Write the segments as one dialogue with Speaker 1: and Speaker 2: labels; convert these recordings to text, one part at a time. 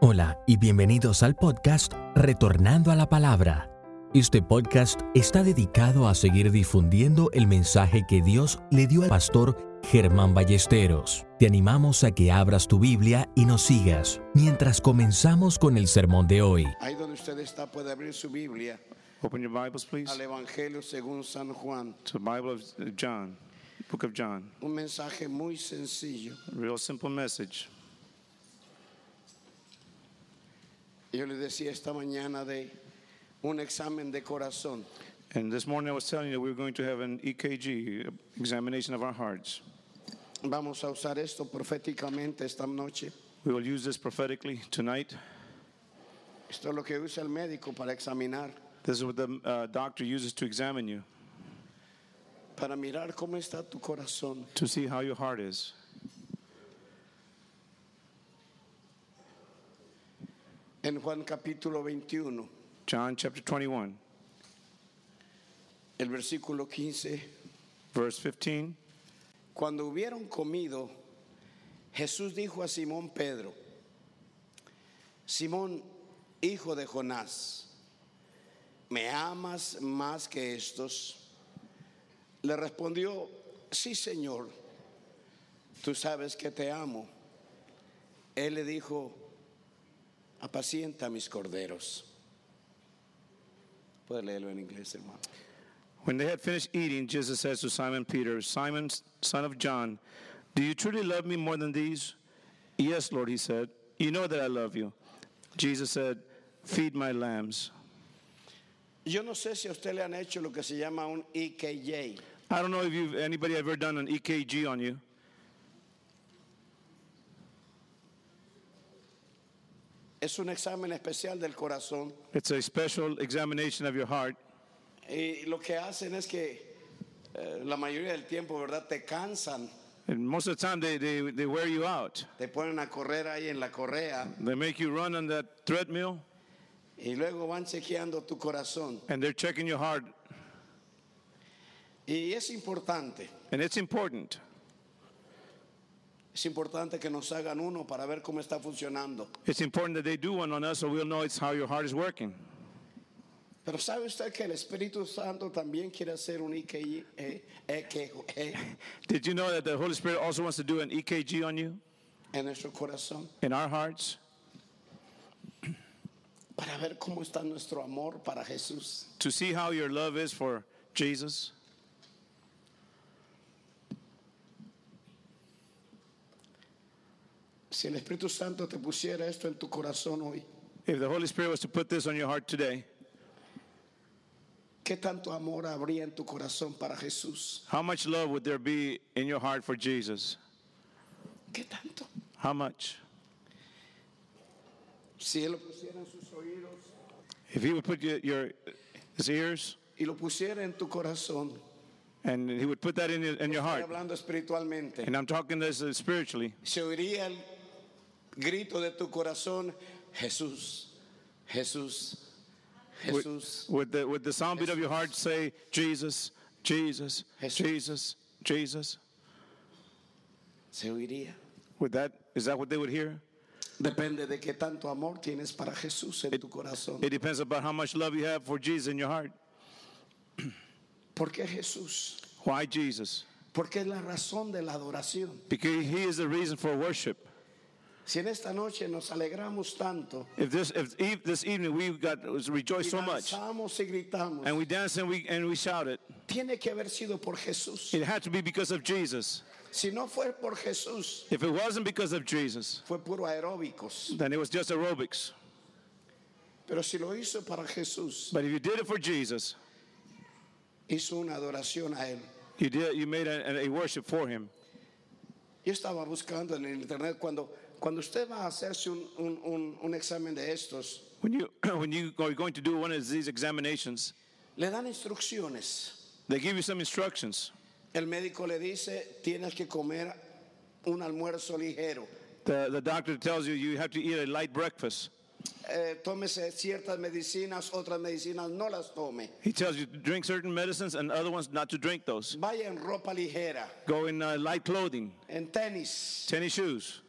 Speaker 1: Hola y bienvenidos al podcast Retornando a la Palabra. Este podcast está dedicado a seguir difundiendo el mensaje que Dios le dio al pastor Germán Ballesteros. Te animamos a que abras tu Biblia y nos sigas mientras comenzamos con el sermón de hoy.
Speaker 2: Ahí donde usted está puede abrir su Biblia
Speaker 3: Open your Bibles, please,
Speaker 2: al Evangelio según San Juan.
Speaker 3: to the Bible of uh, John, Book of John.
Speaker 2: Un mensaje muy sencillo.
Speaker 3: Real simple message.
Speaker 2: Yo le decía esta mañana de un examen de corazón.
Speaker 3: And this morning I was telling you we were going to have an EKG examination of our hearts.
Speaker 2: Vamos a usar esto proféticamente esta noche.
Speaker 3: We will use this prophetically tonight.
Speaker 2: Esto es lo que usa el médico para examinar,
Speaker 3: This is what the uh, doctor uses to examine you
Speaker 2: para mirar cómo está tu corazón.
Speaker 3: to see how your heart is.
Speaker 2: En Juan capítulo 21,
Speaker 3: John chapter 21,
Speaker 2: el versículo 15.
Speaker 3: verse 15.
Speaker 2: Cuando hubieron comido, Jesús dijo a Simón Pedro, Simón, hijo de Jonás, ¿me amas más que estos? Le respondió, sí, Señor, tú sabes que te amo. Él le dijo, apacienta mis corderos. Puede leerlo en inglés, hermano.
Speaker 3: When they had finished eating, Jesus says to Simon Peter, Simon, son of John, do you truly love me more than these? Yes, Lord, he said. You know that I love you. Jesus said, Feed my lambs.
Speaker 2: Yo no sé si a usted le han hecho lo que se llama un E EKJ.
Speaker 3: I don't know if you've, anybody ever done an EKG on you.
Speaker 2: Es un examen especial del corazón
Speaker 3: It's a special examination of your heart.
Speaker 2: y lo que hacen es que eh, la mayoría del tiempo, ¿verdad? Te cansan,
Speaker 3: And most of the time, they, they, they wear you out.
Speaker 2: te ponen a correr ahí en la correa
Speaker 3: They make you run on that treadmill,
Speaker 2: y luego van chequeando tu corazón.
Speaker 3: and they're checking your heart.
Speaker 2: Y es importante,
Speaker 3: And it's important.
Speaker 2: es importante que nos hagan uno para ver cómo está funcionando.
Speaker 3: It's important that they do one on us so we'll know it's how your heart is working.
Speaker 2: Pero ¿sabe usted que el Espíritu Santo también quiere hacer un IKI? eh, E, EKJ,
Speaker 3: Did you know that the Holy Spirit also wants to do an EKG on you,
Speaker 2: en nuestro corazón?
Speaker 3: in our hearts,
Speaker 2: Para ver cómo está nuestro amor para Jesús.
Speaker 3: to see how your love is for Jesus?
Speaker 2: Si el Espíritu Santo te pusiera esto en tu corazón hoy,
Speaker 3: If the Holy Spirit was to put this on your heart today,
Speaker 2: ¿qué tanto amor habría en tu corazón para Jesús?
Speaker 3: how much love would there be in your heart for Jesus?
Speaker 2: ¿Qué tanto?
Speaker 3: How much?
Speaker 2: Si Él lo pusiera en sus oídos
Speaker 3: If He would put your, your his ears
Speaker 2: y lo pusiera en tu corazón,
Speaker 3: and He would put that in your, in your
Speaker 2: estoy
Speaker 3: heart,
Speaker 2: hablando espiritualmente,
Speaker 3: and I'm talking this uh, spiritually,
Speaker 2: se oiría el grito de tu corazón, Jesús, Jesús,
Speaker 3: would,
Speaker 2: Jesús.
Speaker 3: would the, would the soundbeat of your heart say, Jesus, Jesus,
Speaker 2: Jesus.
Speaker 3: Jesus, Jesus?
Speaker 2: Se oiría.
Speaker 3: Would that, is that what they would hear?
Speaker 2: Depende de qué tanto amor tienes para Jesús en tu corazón.
Speaker 3: It depends about how much love you have for Jesus in your heart.
Speaker 2: ¿Por qué Jesús?
Speaker 3: Why Jesus?
Speaker 2: Porque es la razón de la adoración.
Speaker 3: Because he is the reason for worship.
Speaker 2: Si en esta noche nos alegramos tanto,
Speaker 3: If this if eve, this evening we got was
Speaker 2: y
Speaker 3: rejoiced so much
Speaker 2: danzamos y gritamos,
Speaker 3: and we danced and we and we shouted,
Speaker 2: tiene que haber sido por Jesús.
Speaker 3: it had to be because of Jesus.
Speaker 2: Si no fue por Jesús,
Speaker 3: If it wasn't because of Jesus,
Speaker 2: fue puro aeróbicos.
Speaker 3: then it was just aerobics.
Speaker 2: Pero si lo hizo para Jesús,
Speaker 3: But if you did it for Jesus,
Speaker 2: hizo una adoración a Él.
Speaker 3: you did you made a, a worship for him.
Speaker 2: Yo estaba buscando en el internet cuando, cuando usted va a hacerse un, un- un- un examen de estos,
Speaker 3: When you when you are going to do one of these examinations,
Speaker 2: le dan instrucciones.
Speaker 3: they give you some instructions.
Speaker 2: El médico le dice, tienes que comer un almuerzo ligero.
Speaker 3: The the doctor tells you you have to eat a light breakfast.
Speaker 2: Eh, tómese ciertas medicinas, otras medicinas no las tome.
Speaker 3: He tells you to drink certain medicines and other ones not to drink those.
Speaker 2: Vaya en ropa ligera,
Speaker 3: Go in uh, light clothing,
Speaker 2: en tenis.
Speaker 3: tennis shoes.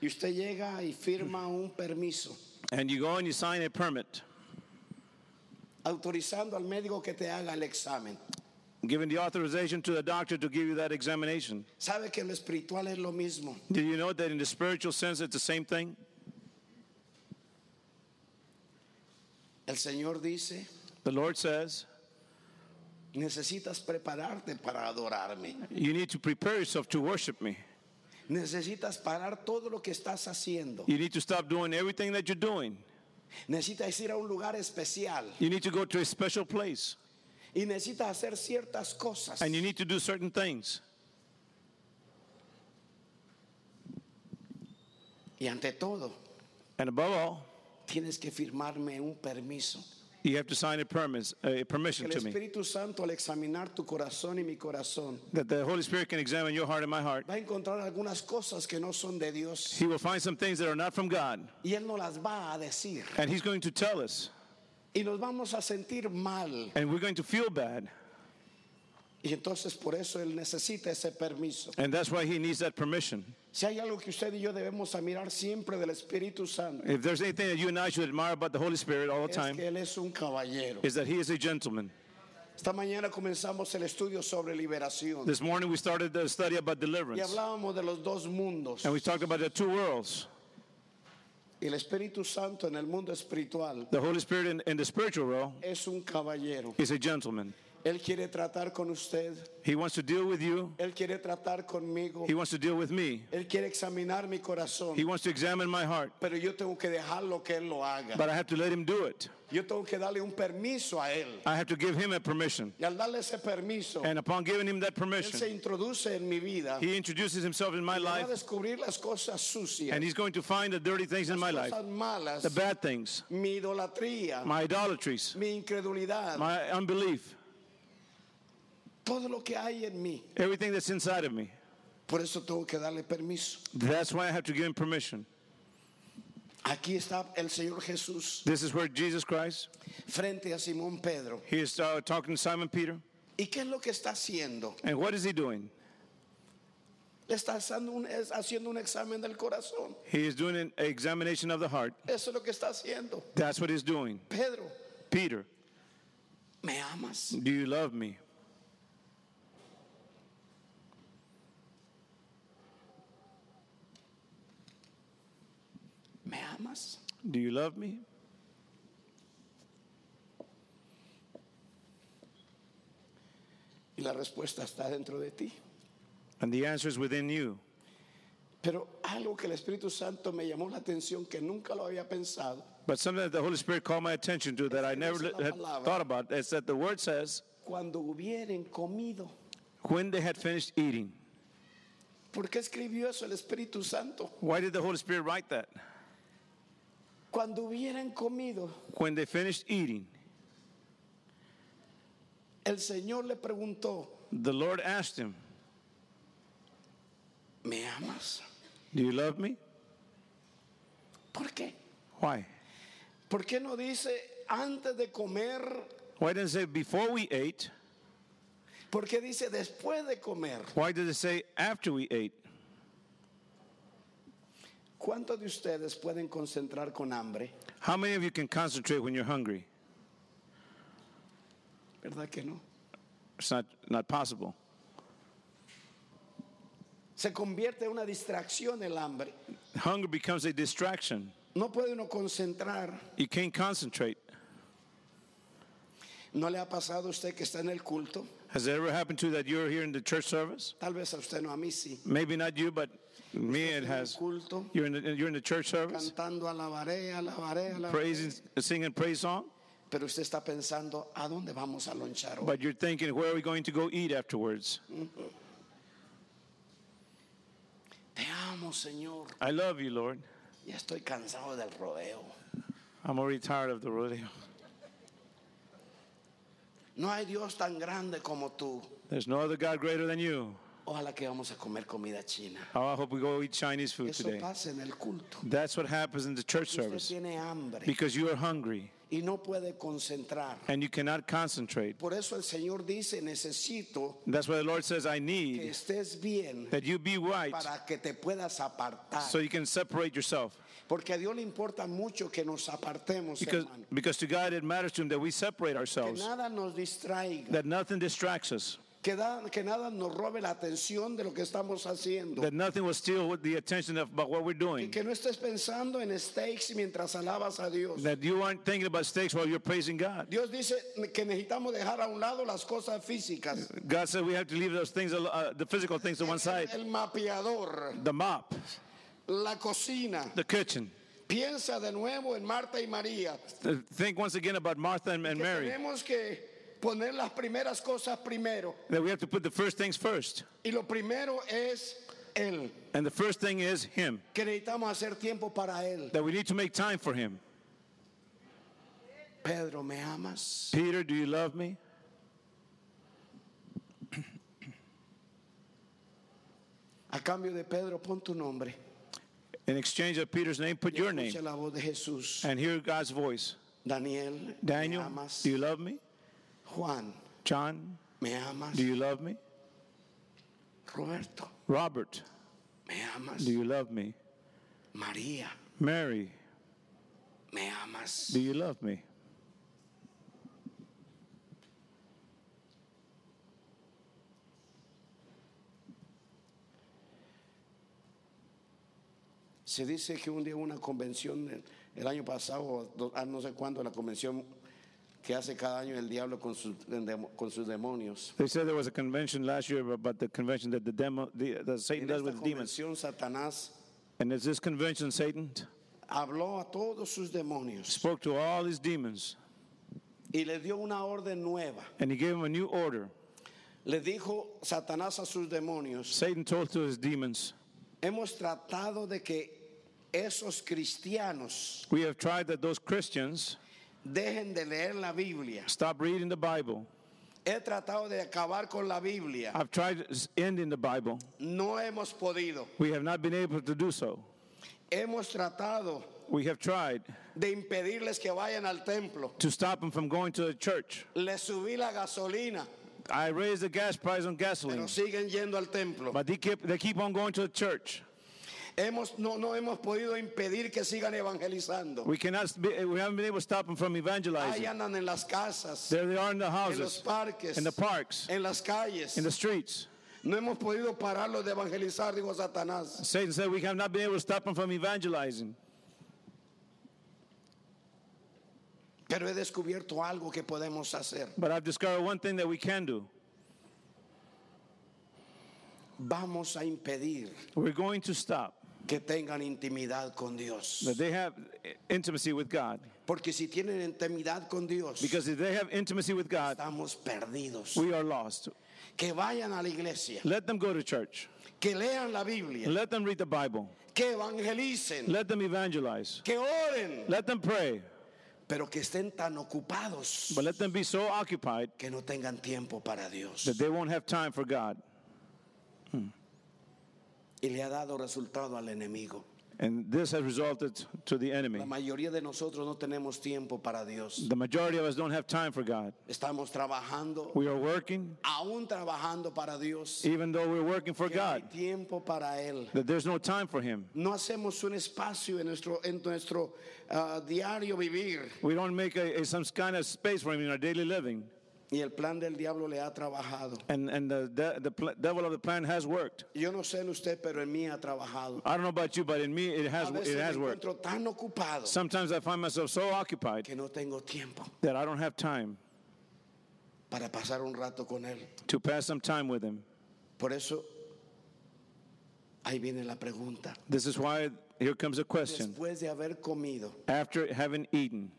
Speaker 2: Y usted llega y firma un permiso
Speaker 3: and you go and you sign a permit,
Speaker 2: autorizando al médico que te haga el examen.
Speaker 3: giving the authorization to the doctor to give you that examination.
Speaker 2: ¿Sabe que en lo espiritual es lo mismo?
Speaker 3: Did you know that in the spiritual sense it's the same thing?
Speaker 2: El Señor dice,
Speaker 3: The Lord says,
Speaker 2: necesitas prepararte para adorarme.
Speaker 3: you need to prepare yourself to worship me.
Speaker 2: Necesitas parar todo lo que estás haciendo.
Speaker 3: You need to stop doing everything that you're doing.
Speaker 2: Necesitas ir a un lugar especial.
Speaker 3: You need to go to a special place
Speaker 2: Y necesitas hacer ciertas cosas.
Speaker 3: and you need to do certain things.
Speaker 2: Y ante todo,
Speaker 3: And above all,
Speaker 2: tienes que firmarme un permiso.
Speaker 3: you have to sign a, permis, a
Speaker 2: Que
Speaker 3: permission
Speaker 2: el
Speaker 3: to me
Speaker 2: Espíritu Santo al examinar tu corazón y mi corazón
Speaker 3: that the Holy Spirit can examine your heart and my heart.
Speaker 2: va a encontrar algunas cosas que no son de Dios.
Speaker 3: He will find some things that are not from God
Speaker 2: Y Él no las va a decir.
Speaker 3: and He's going to tell us
Speaker 2: Y nos vamos a sentir mal.
Speaker 3: and we're going to feel bad.
Speaker 2: Y entonces por eso Él necesita ese permiso.
Speaker 3: And that's why He needs that permission.
Speaker 2: Si hay algo que usted y yo debemos admirar siempre del Espíritu Santo,
Speaker 3: If there's anything that you and I should admire about the Holy Spirit all the
Speaker 2: es
Speaker 3: time,
Speaker 2: que Él es un caballero.
Speaker 3: is that He is a gentleman.
Speaker 2: Esta mañana comenzamos el estudio sobre liberación.
Speaker 3: This morning we started the study about
Speaker 2: Y
Speaker 3: deliverance
Speaker 2: hablábamos de los dos mundos.
Speaker 3: and we talked about the two worlds
Speaker 2: Y el Espíritu Santo en el mundo espiritual
Speaker 3: the Holy Spirit in, in the spiritual realm.
Speaker 2: es un caballero.
Speaker 3: He's a gentleman.
Speaker 2: Él quiere tratar con usted.
Speaker 3: He wants to deal with you.
Speaker 2: Él quiere tratar conmigo.
Speaker 3: He wants to deal with me.
Speaker 2: Él quiere examinar mi corazón.
Speaker 3: He wants to examine my heart.
Speaker 2: Pero yo tengo que dejarlo que Él lo haga.
Speaker 3: But I have to let him do it.
Speaker 2: Yo tengo que darle un permiso a Él.
Speaker 3: I have to give him a permission.
Speaker 2: Y al darle ese permiso,
Speaker 3: And upon giving him that
Speaker 2: Él se
Speaker 3: permission,
Speaker 2: introduce en mi vida. Y
Speaker 3: he introduces himself in my
Speaker 2: va a
Speaker 3: life
Speaker 2: descubrir las cosas sucias,
Speaker 3: and he's going to find the dirty things in my
Speaker 2: las
Speaker 3: life,
Speaker 2: cosas malas,
Speaker 3: the bad things,
Speaker 2: mi idolatría,
Speaker 3: my idolatries,
Speaker 2: mi incredulidad,
Speaker 3: my unbelief,
Speaker 2: todo lo que hay en mí.
Speaker 3: everything that's inside of me.
Speaker 2: Por eso tengo que darle permiso.
Speaker 3: That's why I have to give him permission.
Speaker 2: Aquí está el Señor Jesús
Speaker 3: This is where Jesus Christ,
Speaker 2: frente a Simón Pedro.
Speaker 3: he is uh, talking to Simon Peter.
Speaker 2: ¿Y qué es lo que está haciendo?
Speaker 3: And what is he doing?
Speaker 2: Le está haciendo un, es- haciendo un examen del corazón.
Speaker 3: He is doing an examination of the heart.
Speaker 2: Eso es lo que está haciendo.
Speaker 3: That's what he's doing.
Speaker 2: Pedro,
Speaker 3: Peter,
Speaker 2: ¿me amas?
Speaker 3: do you love me?
Speaker 2: ¿Me amas?
Speaker 3: Do you love me?
Speaker 2: Y la respuesta está dentro de ti.
Speaker 3: And the answer is within you.
Speaker 2: Pero algo que el Espíritu Santo me llamó la atención que nunca lo había pensado.
Speaker 3: But something that the Holy Spirit called my attention to that I never
Speaker 2: Esa es la
Speaker 3: had
Speaker 2: palabra.
Speaker 3: thought about is that the word says,
Speaker 2: Cuando hubieren comido.
Speaker 3: when they had finished eating.
Speaker 2: ¿Por qué escribió eso el Espíritu Santo?
Speaker 3: Why did the Holy Spirit write that?
Speaker 2: Cuando hubieran comido.
Speaker 3: When they finished eating,
Speaker 2: El Señor le preguntó,
Speaker 3: the Lord asked him,
Speaker 2: ¿me amas?
Speaker 3: Do you love me?
Speaker 2: ¿Por qué?
Speaker 3: Why?
Speaker 2: ¿Por qué no dice antes de comer?
Speaker 3: Why didn't it say before we ate?
Speaker 2: ¿Por qué dice después de comer?
Speaker 3: Why did it say after we ate?
Speaker 2: ¿Cuántos de ustedes pueden concentrar con hambre?
Speaker 3: How many of you can concentrate when you're hungry?
Speaker 2: ¿Verdad que no?
Speaker 3: It's not, not possible.
Speaker 2: Se convierte en una distracción el hambre.
Speaker 3: Hunger becomes a distraction.
Speaker 2: No puede uno concentrar.
Speaker 3: You can't concentrate.
Speaker 2: ¿No le ha pasado a usted que está en el culto?
Speaker 3: Has it ever happened to you that you're here in the church service?
Speaker 2: Tal vez a usted no, a mí sí.
Speaker 3: Maybe not you, but me
Speaker 2: En
Speaker 3: it
Speaker 2: el
Speaker 3: has.
Speaker 2: culto,
Speaker 3: You're in the, you're in the church service,
Speaker 2: cantando alabaré, alabaré, alabaré.
Speaker 3: praising, singing praise song,
Speaker 2: Pero usted está pensando, ¿a dónde vamos a lonchar hoy?
Speaker 3: but you're thinking, where are we going to go eat afterwards?
Speaker 2: Te amo, Señor.
Speaker 3: I love you, Lord.
Speaker 2: Ya estoy cansado del rodeo.
Speaker 3: I'm already tired of the rodeo.
Speaker 2: No hay Dios tan grande como tú.
Speaker 3: There's no other God greater than you.
Speaker 2: Ojalá que vamos a comer comida china.
Speaker 3: Oh, I hope we go eat Chinese food
Speaker 2: Eso
Speaker 3: today.
Speaker 2: pasa en el culto.
Speaker 3: That's what happens in the church
Speaker 2: Usted
Speaker 3: service
Speaker 2: tiene hambre
Speaker 3: because you are hungry
Speaker 2: y no puede concentrar.
Speaker 3: and you cannot concentrate.
Speaker 2: Por eso el Señor dice, necesito
Speaker 3: That's why the Lord says, I
Speaker 2: que
Speaker 3: need
Speaker 2: estés bien
Speaker 3: that you be right
Speaker 2: para que te puedas apartar.
Speaker 3: so you can separate yourself.
Speaker 2: Porque a Dios le importa mucho que nos apartemos,
Speaker 3: Because,
Speaker 2: hermano.
Speaker 3: because to God it matters to Him that we separate
Speaker 2: Que
Speaker 3: ourselves,
Speaker 2: nada nos distraiga,
Speaker 3: that nothing distracts us,
Speaker 2: que, da- que nada nos robe la atención de lo que estamos haciendo.
Speaker 3: that nothing will steal what- the attention of about what we're
Speaker 2: Y
Speaker 3: doing,
Speaker 2: que no estés pensando en steaks mientras alabas a Dios.
Speaker 3: that you aren't thinking about stakes while you're praising God.
Speaker 2: Dios dice que necesitamos dejar a un lado las cosas físicas.
Speaker 3: God said we have to leave those things, al- uh, the physical things to one side,
Speaker 2: El mapeador,
Speaker 3: the mop,
Speaker 2: la cocina.
Speaker 3: the kitchen.
Speaker 2: Piensa de nuevo en Marta y María.
Speaker 3: Th- Think once again about Martha and, and
Speaker 2: Que
Speaker 3: Mary,
Speaker 2: tenemos que poner las primeras cosas primero.
Speaker 3: that we have to put the first things first.
Speaker 2: Y lo primero es Él.
Speaker 3: And the first thing is Him,
Speaker 2: Que necesitamos hacer tiempo para Él.
Speaker 3: that we need to make time for Him.
Speaker 2: Pedro, ¿me amas?
Speaker 3: Peter, do you love me?
Speaker 2: A cambio de Pedro, pon tu nombre.
Speaker 3: In exchange of Peter's name, put your name
Speaker 2: Escucha la voz de Jesús.
Speaker 3: and hear God's voice.
Speaker 2: Daniel,
Speaker 3: Daniel,
Speaker 2: ¿me amas?
Speaker 3: do you love me?
Speaker 2: Juan,
Speaker 3: John,
Speaker 2: ¿me amas?
Speaker 3: do you love me?
Speaker 2: Roberto,
Speaker 3: Robert,
Speaker 2: ¿me amas?
Speaker 3: do you love me?
Speaker 2: María,
Speaker 3: Mary,
Speaker 2: ¿me amas?
Speaker 3: do you love me?
Speaker 2: Se dice que un día hubo una convención el- el año pasado, o do- ah, no sé cuándo, la convención que hace cada año el diablo con sus, en demo- con sus demonios.
Speaker 3: They said there was a convention last year about the convention that the demo the, that Satan
Speaker 2: En
Speaker 3: does
Speaker 2: esta
Speaker 3: with demons.
Speaker 2: convención Satanás
Speaker 3: And it's this convention Satan
Speaker 2: habló a todos sus demonios
Speaker 3: spoke to all these demons
Speaker 2: y les dio una orden nueva.
Speaker 3: and he gave them a new order.
Speaker 2: Le dijo Satanás a sus demonios,
Speaker 3: Satan told to his demons,
Speaker 2: hemos tratado de que esos cristianos
Speaker 3: "We have tried that those Christians
Speaker 2: dejen de leer la Biblia.
Speaker 3: stop reading the Bible.
Speaker 2: He tratado de acabar con la Biblia.
Speaker 3: I've tried ending the Bible.
Speaker 2: No hemos podido.
Speaker 3: We have not been able to do so.
Speaker 2: Hemos tratado
Speaker 3: We have tried
Speaker 2: de impedirles que vayan al templo.
Speaker 3: to stop them from going to the church.
Speaker 2: Les subí la gasolina,
Speaker 3: I raised the gas price on gasoline,
Speaker 2: pero siguen yendo al templo.
Speaker 3: but they keep, they keep on going to the church.
Speaker 2: Hemos, no, no hemos podido impedir que sigan evangelizando.
Speaker 3: We cannot. Be, we haven't been able to stop them from
Speaker 2: Ahí
Speaker 3: evangelizing.
Speaker 2: andan en las casas,
Speaker 3: There they are in the
Speaker 2: en los
Speaker 3: houses,
Speaker 2: parques,
Speaker 3: in the parks,
Speaker 2: en las calles.
Speaker 3: in the streets.
Speaker 2: No hemos podido pararlos de evangelizar, dijo Satanás.
Speaker 3: Satan said we have not been able to stop them from evangelizing.
Speaker 2: Pero he descubierto algo que podemos hacer.
Speaker 3: But I've discovered one thing that we can do.
Speaker 2: Vamos a impedir
Speaker 3: We're going to stop
Speaker 2: que tengan intimidad con Dios.
Speaker 3: that they have intimacy with God.
Speaker 2: Porque si tienen intimidad con Dios,
Speaker 3: Because if they have intimacy with God,
Speaker 2: estamos perdidos.
Speaker 3: we are lost.
Speaker 2: Que vayan a la iglesia,
Speaker 3: Let them go to church.
Speaker 2: que lean la Biblia,
Speaker 3: Let them read the Bible.
Speaker 2: que evangelicen,
Speaker 3: Let them evangelize.
Speaker 2: que oren,
Speaker 3: Let them pray.
Speaker 2: pero que estén tan ocupados
Speaker 3: But let them be so occupied
Speaker 2: que no tengan tiempo para Dios.
Speaker 3: that they won't have time for God.
Speaker 2: Y le ha dado resultado al enemigo.
Speaker 3: And this has resulted to the enemy.
Speaker 2: La mayoría de nosotros no tenemos tiempo para Dios.
Speaker 3: The majority of us don't have time for God.
Speaker 2: Estamos trabajando,
Speaker 3: We are working,
Speaker 2: aún trabajando para Dios.
Speaker 3: even though we're working for
Speaker 2: Que no hay
Speaker 3: God,
Speaker 2: tiempo para Él.
Speaker 3: that there's no time for Him.
Speaker 2: No hacemos un espacio en nuestro, en nuestro ah, diario vivir.
Speaker 3: We don't make a, a, some kind of space for Him in our daily living.
Speaker 2: Y el plan del diablo le ha trabajado.
Speaker 3: And, and the, the, the pl- devil of the plan has worked.
Speaker 2: Yo no sé en usted, pero en mí ha trabajado.
Speaker 3: I don't know about you, but in me, it has,
Speaker 2: A veces
Speaker 3: it
Speaker 2: me
Speaker 3: has worked.
Speaker 2: encuentro tan ocupado
Speaker 3: Sometimes I find myself so occupied
Speaker 2: que no tengo tiempo
Speaker 3: that I don't have time
Speaker 2: para pasar un rato con él.
Speaker 3: to pass some time with Him.
Speaker 2: Por eso, ahí viene la pregunta.
Speaker 3: This is why here comes a question.
Speaker 2: Después de haber comido,
Speaker 3: After having eaten,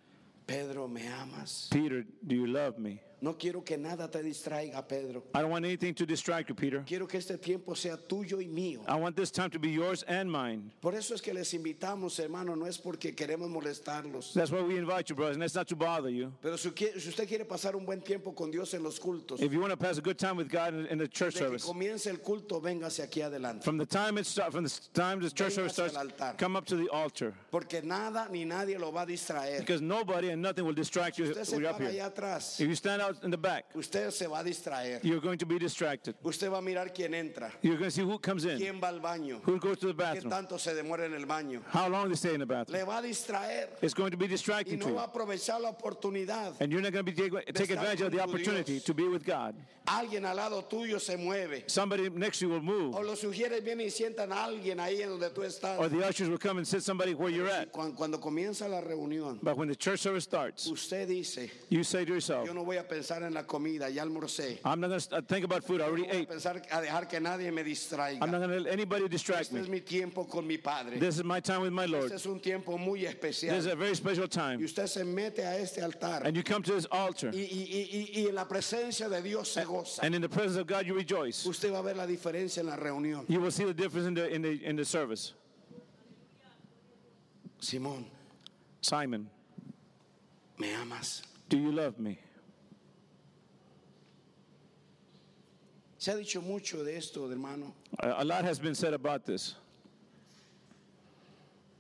Speaker 2: Pedro, ¿me amas?
Speaker 3: Peter, do you love me?
Speaker 2: No quiero que nada te distraiga, Pedro.
Speaker 3: I don't want anything to distract you, Peter.
Speaker 2: Quiero que este tiempo sea tuyo y mío.
Speaker 3: I want this time to be yours and mine.
Speaker 2: Por eso es que les invitamos, hermano, no es porque queremos molestarlos.
Speaker 3: That's why we invite you, brothers, and that's not to bother you.
Speaker 2: Pero si qui- si usted quiere pasar un buen tiempo con Dios en los cultos,
Speaker 3: If you want to pass a good time with God in, in the church
Speaker 2: desde que
Speaker 3: service,
Speaker 2: comience el culto, véngase aquí adelante.
Speaker 3: from the time it starts, from the s- time the church service
Speaker 2: Véngase al
Speaker 3: starts,
Speaker 2: altar.
Speaker 3: come up to the altar
Speaker 2: Porque nada ni nadie lo va a distraer.
Speaker 3: because nobody and nothing will distract you
Speaker 2: Usted se
Speaker 3: when you're up
Speaker 2: para
Speaker 3: here.
Speaker 2: allá atrás,
Speaker 3: If you stand out in the back,
Speaker 2: usted se va a distraer.
Speaker 3: you're going to be distracted.
Speaker 2: Usted va a mirar quién entra,
Speaker 3: You're going to see who comes in,
Speaker 2: quién va al baño,
Speaker 3: who goes to the
Speaker 2: qué
Speaker 3: bathroom,
Speaker 2: tanto se demora en el baño.
Speaker 3: how long they stay in the bathroom.
Speaker 2: Le va a distraer
Speaker 3: It's going to be
Speaker 2: y
Speaker 3: distracting to
Speaker 2: no
Speaker 3: you.
Speaker 2: va a aprovechar la oportunidad.
Speaker 3: And you're not going to be take, take
Speaker 2: estar
Speaker 3: advantage of the
Speaker 2: con tu
Speaker 3: opportunity
Speaker 2: Dios.
Speaker 3: to be with God.
Speaker 2: Alguien al lado tuyo se mueve.
Speaker 3: Somebody next to you will move,
Speaker 2: O los sugieres vienen y sientan a alguien ahí en donde tú estás.
Speaker 3: or the ushers will come and sit somebody where you're
Speaker 2: Y
Speaker 3: at.
Speaker 2: cuan- Cuando comienza la reunión,
Speaker 3: But when the church service starts,
Speaker 2: usted dice,
Speaker 3: you say to yourself,
Speaker 2: yo no voy a pensar en la comida, ya almorcé.
Speaker 3: I'm not going to think about food. I
Speaker 2: No
Speaker 3: already
Speaker 2: voy a
Speaker 3: ate.
Speaker 2: pensar a dejar que nadie me distraiga.
Speaker 3: I'm not going to let anybody distract
Speaker 2: Este es
Speaker 3: me.
Speaker 2: mi tiempo con mi padre.
Speaker 3: This is my time with my Lord.
Speaker 2: Este es un tiempo muy
Speaker 3: This is
Speaker 2: especial.
Speaker 3: a very special
Speaker 2: Y
Speaker 3: time.
Speaker 2: usted se mete a este altar
Speaker 3: And you come to this altar,
Speaker 2: y, y- y- y- y en la presencia de Dios se goza.
Speaker 3: and in the presence of God, you rejoice.
Speaker 2: Usted va a ver la diferencia en la reunión.
Speaker 3: You will see the difference in the, in the, in the service.
Speaker 2: Simón,
Speaker 3: Simon,
Speaker 2: me amas.
Speaker 3: do you love me?
Speaker 2: Se ha dicho mucho de esto, hermano.
Speaker 3: A a lot has been said about this.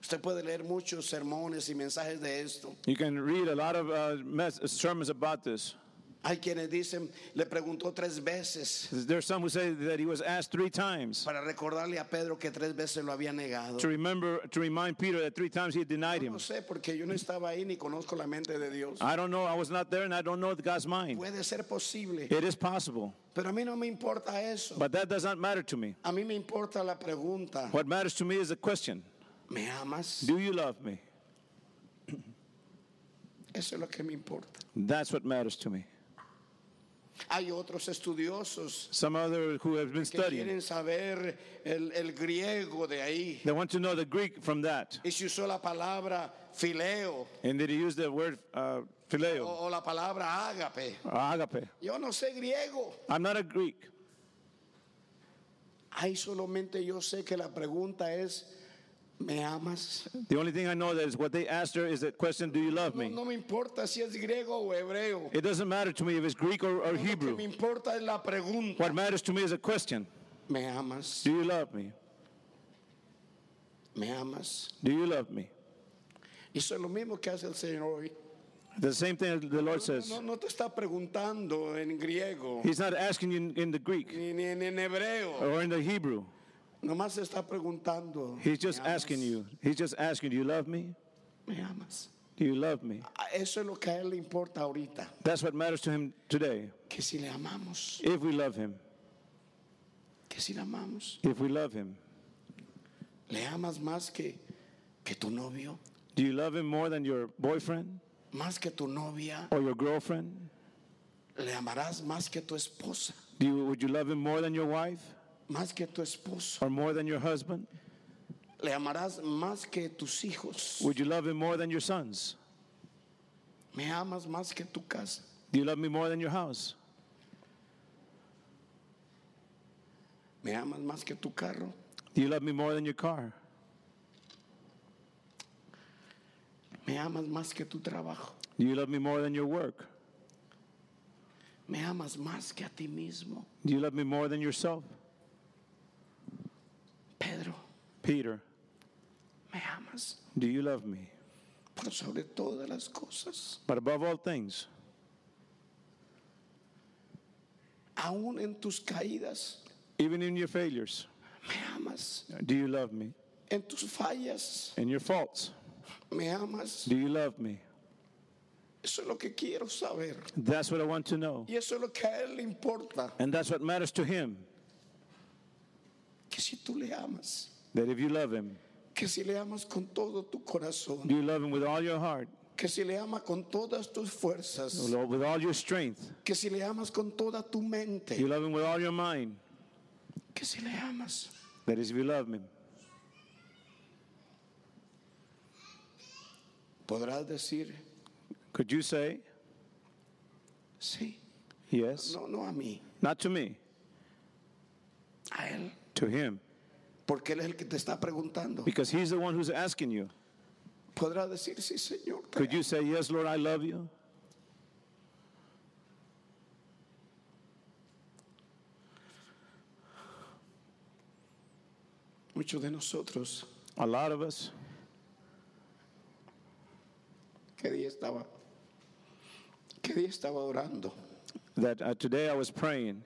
Speaker 2: Usted puede leer muchos sermones y mensajes de esto.
Speaker 3: You can read a lot of uh, mess- sermons about this.
Speaker 2: Hay quienes dicen, le preguntó tres veces
Speaker 3: There are some who say that he was asked three times
Speaker 2: para recordarle a Pedro que tres veces lo había negado.
Speaker 3: to remember to remind Peter that three times he denied him.
Speaker 2: No sé, porque yo no estaba ahí ni conozco la mente de Dios.
Speaker 3: I don't know. I was not there, and I don't know God's mind.
Speaker 2: Puede ser posible,
Speaker 3: It is possible,
Speaker 2: pero a mí no me importa eso.
Speaker 3: but that does not matter to me.
Speaker 2: A mí me importa la pregunta,
Speaker 3: What matters to me is the question:
Speaker 2: ¿me amas?
Speaker 3: Do you love me?
Speaker 2: Eso es lo que me importa.
Speaker 3: That's what matters to me.
Speaker 2: Hay otros estudiosos
Speaker 3: Some other who have been
Speaker 2: que
Speaker 3: studying,
Speaker 2: quieren saber el, el griego de ahí.
Speaker 3: they want to know the Greek from that,
Speaker 2: Y si usó la palabra fileo
Speaker 3: and did he use the word uh,
Speaker 2: o,
Speaker 3: phileo,
Speaker 2: o la palabra ágape.
Speaker 3: or agape?
Speaker 2: Yo no sé griego.
Speaker 3: I'm not a Greek.
Speaker 2: Ahí solamente yo sé que la pregunta es, ¿me amas?
Speaker 3: The only thing I know that is what they asked her is that question: Do you love
Speaker 2: No,
Speaker 3: me?
Speaker 2: no me importa si es griego o hebreo.
Speaker 3: It doesn't matter to me if it's Greek or, or
Speaker 2: Lo que
Speaker 3: Hebrew.
Speaker 2: me importa es la pregunta.
Speaker 3: What matters to me is a question:
Speaker 2: ¿Me amas?
Speaker 3: Do you love me?
Speaker 2: ¿Me amas?
Speaker 3: Do you love me?
Speaker 2: Y eso es lo mismo que hace el Señor hoy.
Speaker 3: The same thing the Lord says.
Speaker 2: No, no te está preguntando en griego
Speaker 3: He's not asking you in, in the Greek
Speaker 2: ni, ni- ni en hebreo.
Speaker 3: or in the Hebrew.
Speaker 2: Nomás te está preguntando.
Speaker 3: He's just
Speaker 2: ¿me amas?
Speaker 3: asking you. He's just asking, Do you love me?
Speaker 2: ¿Me amas?
Speaker 3: Do you love me?
Speaker 2: Ah, Eso es lo que a él le importa ahorita.
Speaker 3: That's what matters to him today.
Speaker 2: Que si le amamos,
Speaker 3: If we love him,
Speaker 2: que si le amamos.
Speaker 3: if we love him,
Speaker 2: ¿Le amas más que, que tu novio?
Speaker 3: do you love him more than your boyfriend
Speaker 2: ¿Más que tu novia?
Speaker 3: or your girlfriend?
Speaker 2: ¿Le amarás más que tu esposa?
Speaker 3: Do you, would you love him more than your wife
Speaker 2: ¿Más que tu esposo?
Speaker 3: or more than your husband?
Speaker 2: ¿Le amarás más que tus hijos?
Speaker 3: Would you love him more than your sons?
Speaker 2: ¿Me amas más que tu casa?
Speaker 3: Do you love me more than your house?
Speaker 2: ¿Me amas más que tu carro?
Speaker 3: Do you love me more than your car?
Speaker 2: ¿Me amas más que tu trabajo?
Speaker 3: Do you love me more than your work?
Speaker 2: ¿Me amas más que a ti mismo?
Speaker 3: Do you love me more than yourself?
Speaker 2: Pedro,
Speaker 3: Peter,
Speaker 2: ¿me amas
Speaker 3: do you love me?
Speaker 2: por sobre todas las cosas?
Speaker 3: But above all things,
Speaker 2: Aún en tus caídas,
Speaker 3: even in your failures,
Speaker 2: ¿me amas?
Speaker 3: do you love me?
Speaker 2: En tus fallas,
Speaker 3: In your faults,
Speaker 2: ¿me amas?
Speaker 3: do you love me?
Speaker 2: Eso es lo que quiero saber.
Speaker 3: That's what I want to know.
Speaker 2: Y eso es lo que a él le importa.
Speaker 3: And that's what matters to him
Speaker 2: Que si tú le amas,
Speaker 3: that if you love him,
Speaker 2: que si le amas con todo tu corazón,
Speaker 3: do you love him with all your heart,
Speaker 2: que si le amas con todas tus fuerzas,
Speaker 3: with all your strength,
Speaker 2: que si le amas con toda tu
Speaker 3: you
Speaker 2: mente,
Speaker 3: love him with all your mind,
Speaker 2: que si le amas,
Speaker 3: that is, if you love him,
Speaker 2: podrás decir,
Speaker 3: could you say,
Speaker 2: sí,
Speaker 3: Yes.
Speaker 2: No, no a mí,
Speaker 3: Not to me,
Speaker 2: a Él.
Speaker 3: to him.
Speaker 2: Porque Él es el que te está preguntando.
Speaker 3: Because he's the one who's asking you.
Speaker 2: Podrás decir, sí, Señor. te
Speaker 3: Could you say, Yes, Lord, I love you?
Speaker 2: amo". Muchos de nosotros,
Speaker 3: A lot of us.
Speaker 2: ¿qué día estaba? ¿Qué día estaba orando?
Speaker 3: That uh, today I was praying.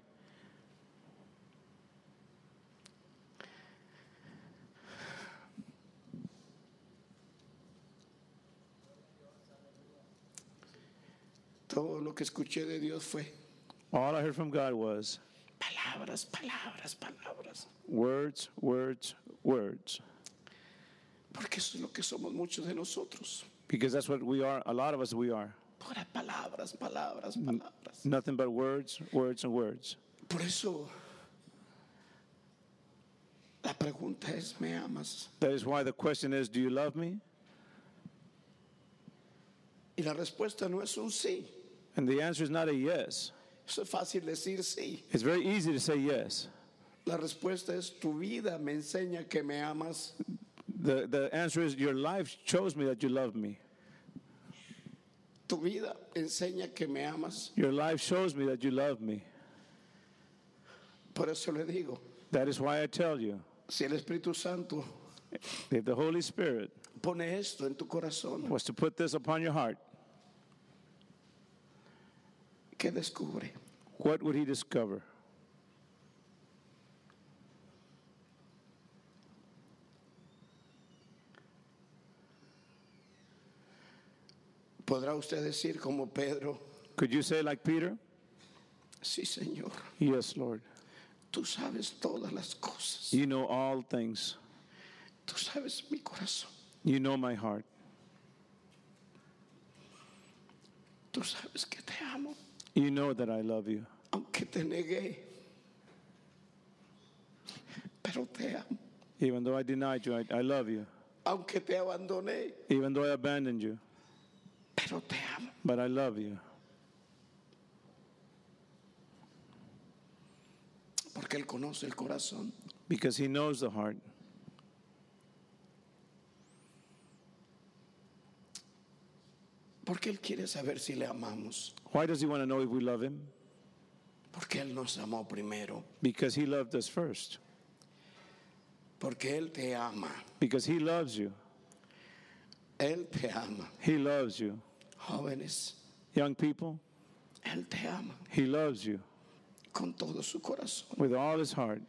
Speaker 2: Todo lo que escuché de Dios fue
Speaker 3: All I heard from God was
Speaker 2: palabras, palabras, palabras.
Speaker 3: words, words, words.
Speaker 2: Porque eso es lo que somos muchos de nosotros.
Speaker 3: Because that's what we are. A lot of us, we are.
Speaker 2: Puras palabras, palabras,
Speaker 3: Mm.
Speaker 2: palabras.
Speaker 3: Nothing but words, words, and words.
Speaker 2: Por eso la pregunta es, ¿me amas?
Speaker 3: That is why the question is, Do you love me?
Speaker 2: Y la respuesta no es un sí.
Speaker 3: And the answer is not a yes.
Speaker 2: Eso es fácil decir sí.
Speaker 3: It's very easy to say yes.
Speaker 2: La respuesta es, tu vida me enseña que me amas.
Speaker 3: The, the answer is, Your life shows me that you love me.
Speaker 2: Tu vida enseña que me amas.
Speaker 3: Your life shows me that you love me.
Speaker 2: Por eso le digo,
Speaker 3: That is why I tell you.
Speaker 2: si el Espíritu Santo
Speaker 3: If the Holy Spirit
Speaker 2: pone esto en tu corazón,
Speaker 3: was to put this upon your heart,
Speaker 2: ¿qué descubre?
Speaker 3: what would he discover?
Speaker 2: ¿Podrá usted decir como Pedro,
Speaker 3: Could you say, like Peter?
Speaker 2: sí Señor,
Speaker 3: Yes, Lord.
Speaker 2: tú sabes todas las cosas,
Speaker 3: You know all things.
Speaker 2: tú sabes mi corazón,
Speaker 3: You know my heart.
Speaker 2: tú sabes que te amo,
Speaker 3: You know that I love you.
Speaker 2: aunque te negué, pero te amo,
Speaker 3: Even though I denied you, I, I love you.
Speaker 2: aunque te abandoné,
Speaker 3: Even though I abandoned you,
Speaker 2: pero te amo.
Speaker 3: but I love you.
Speaker 2: Porque Él conoce el corazón.
Speaker 3: Because he knows the heart.
Speaker 2: Porque Él quiere saber si le amamos.
Speaker 3: Why does he want to know if we love him?
Speaker 2: Porque Él nos amó primero.
Speaker 3: Because he loved us first.
Speaker 2: Porque Él te ama.
Speaker 3: Because he loves you.
Speaker 2: Él te ama.
Speaker 3: He loves you.
Speaker 2: Jóvenes,
Speaker 3: Young people,
Speaker 2: Él te ama
Speaker 3: he loves you
Speaker 2: con todo su corazón.
Speaker 3: with all his heart.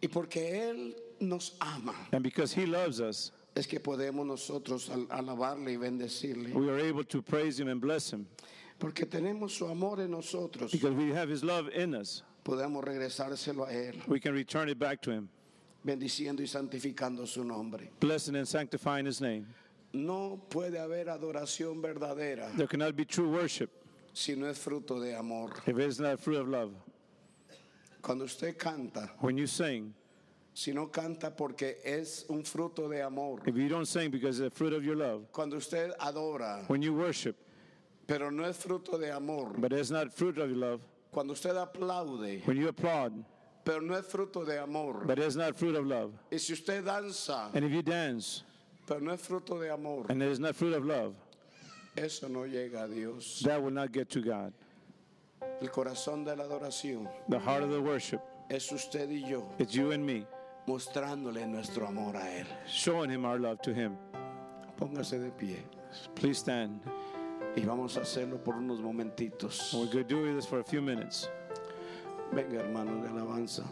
Speaker 2: Y porque Él nos ama,
Speaker 3: And because he loves us,
Speaker 2: es que podemos nosotros al- alabarle y bendecirle.
Speaker 3: we are able to praise him and bless him.
Speaker 2: Porque tenemos su amor en nosotros.
Speaker 3: Because we have his love in us.
Speaker 2: Podemos regresárselo a Él,
Speaker 3: We can return it back to him,
Speaker 2: bendiciendo y santificando su nombre.
Speaker 3: blessing and sanctifying his name.
Speaker 2: No puede haber adoración verdadera
Speaker 3: There cannot be true worship
Speaker 2: si no es fruto de amor.
Speaker 3: if it is not fruit of love.
Speaker 2: Cuando usted canta,
Speaker 3: When you sing,
Speaker 2: si no canta porque es un fruto de amor.
Speaker 3: if you don't sing because it's the fruit of your love,
Speaker 2: Cuando usted adora,
Speaker 3: when you worship,
Speaker 2: pero no es fruto de amor.
Speaker 3: but it's not fruit of your love,
Speaker 2: Cuando usted aplaude,
Speaker 3: when you applaud,
Speaker 2: pero no es fruto de amor.
Speaker 3: but it's not fruit of love,
Speaker 2: Y si usted danza,
Speaker 3: and if you dance
Speaker 2: pero no es fruto de amor,
Speaker 3: and it is not fruit of love,
Speaker 2: eso no llega a Dios.
Speaker 3: that will not get to God.
Speaker 2: El corazón de la adoración
Speaker 3: The heart of the worship,
Speaker 2: es usted y yo
Speaker 3: it's you and me
Speaker 2: mostrándole nuestro amor a Él.
Speaker 3: showing him our love to him.
Speaker 2: Póngase de pie
Speaker 3: Please stand.
Speaker 2: y vamos a hacerlo por unos momentitos.
Speaker 3: We're going to do this for a few minutes.
Speaker 2: Venga, hermanos de alabanza.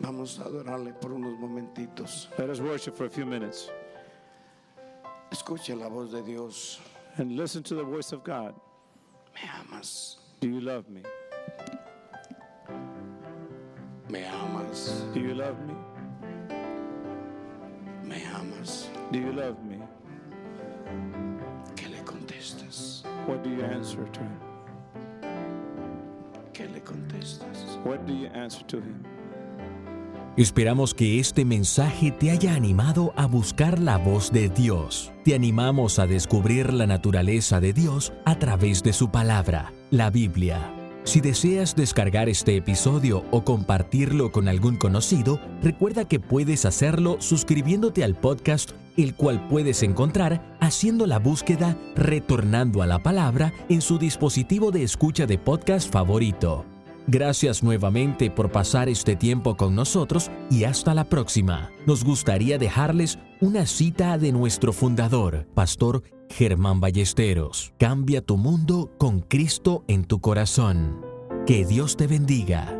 Speaker 2: Vamos a adorarle por unos momentitos.
Speaker 3: Let us worship for a few minutes
Speaker 2: Escuche la voz de Dios.
Speaker 3: and listen to the voice of God.
Speaker 2: Me amas,
Speaker 3: Do you love me?
Speaker 2: me amas,
Speaker 3: Do you love me?
Speaker 2: me amas.
Speaker 3: Do you love me?
Speaker 2: ¿Qué le contestas?
Speaker 3: What do you answer to him?
Speaker 2: ¿Qué le contestas?
Speaker 3: What do you answer to him?
Speaker 1: Esperamos que este mensaje te haya animado a buscar la voz de Dios. Te animamos a descubrir la naturaleza de Dios a través de su palabra, la Biblia. Si deseas descargar este episodio o compartirlo con algún conocido, recuerda que puedes hacerlo suscribiéndote al podcast, el cual puedes encontrar haciendo la búsqueda Retornando a la Palabra en su dispositivo de escucha de podcast favorito. Gracias nuevamente por pasar este tiempo con nosotros y hasta la próxima. Nos gustaría dejarles una cita de nuestro fundador, Pastor Germán Ballesteros. Cambia tu mundo con Cristo en tu corazón. Que Dios te bendiga.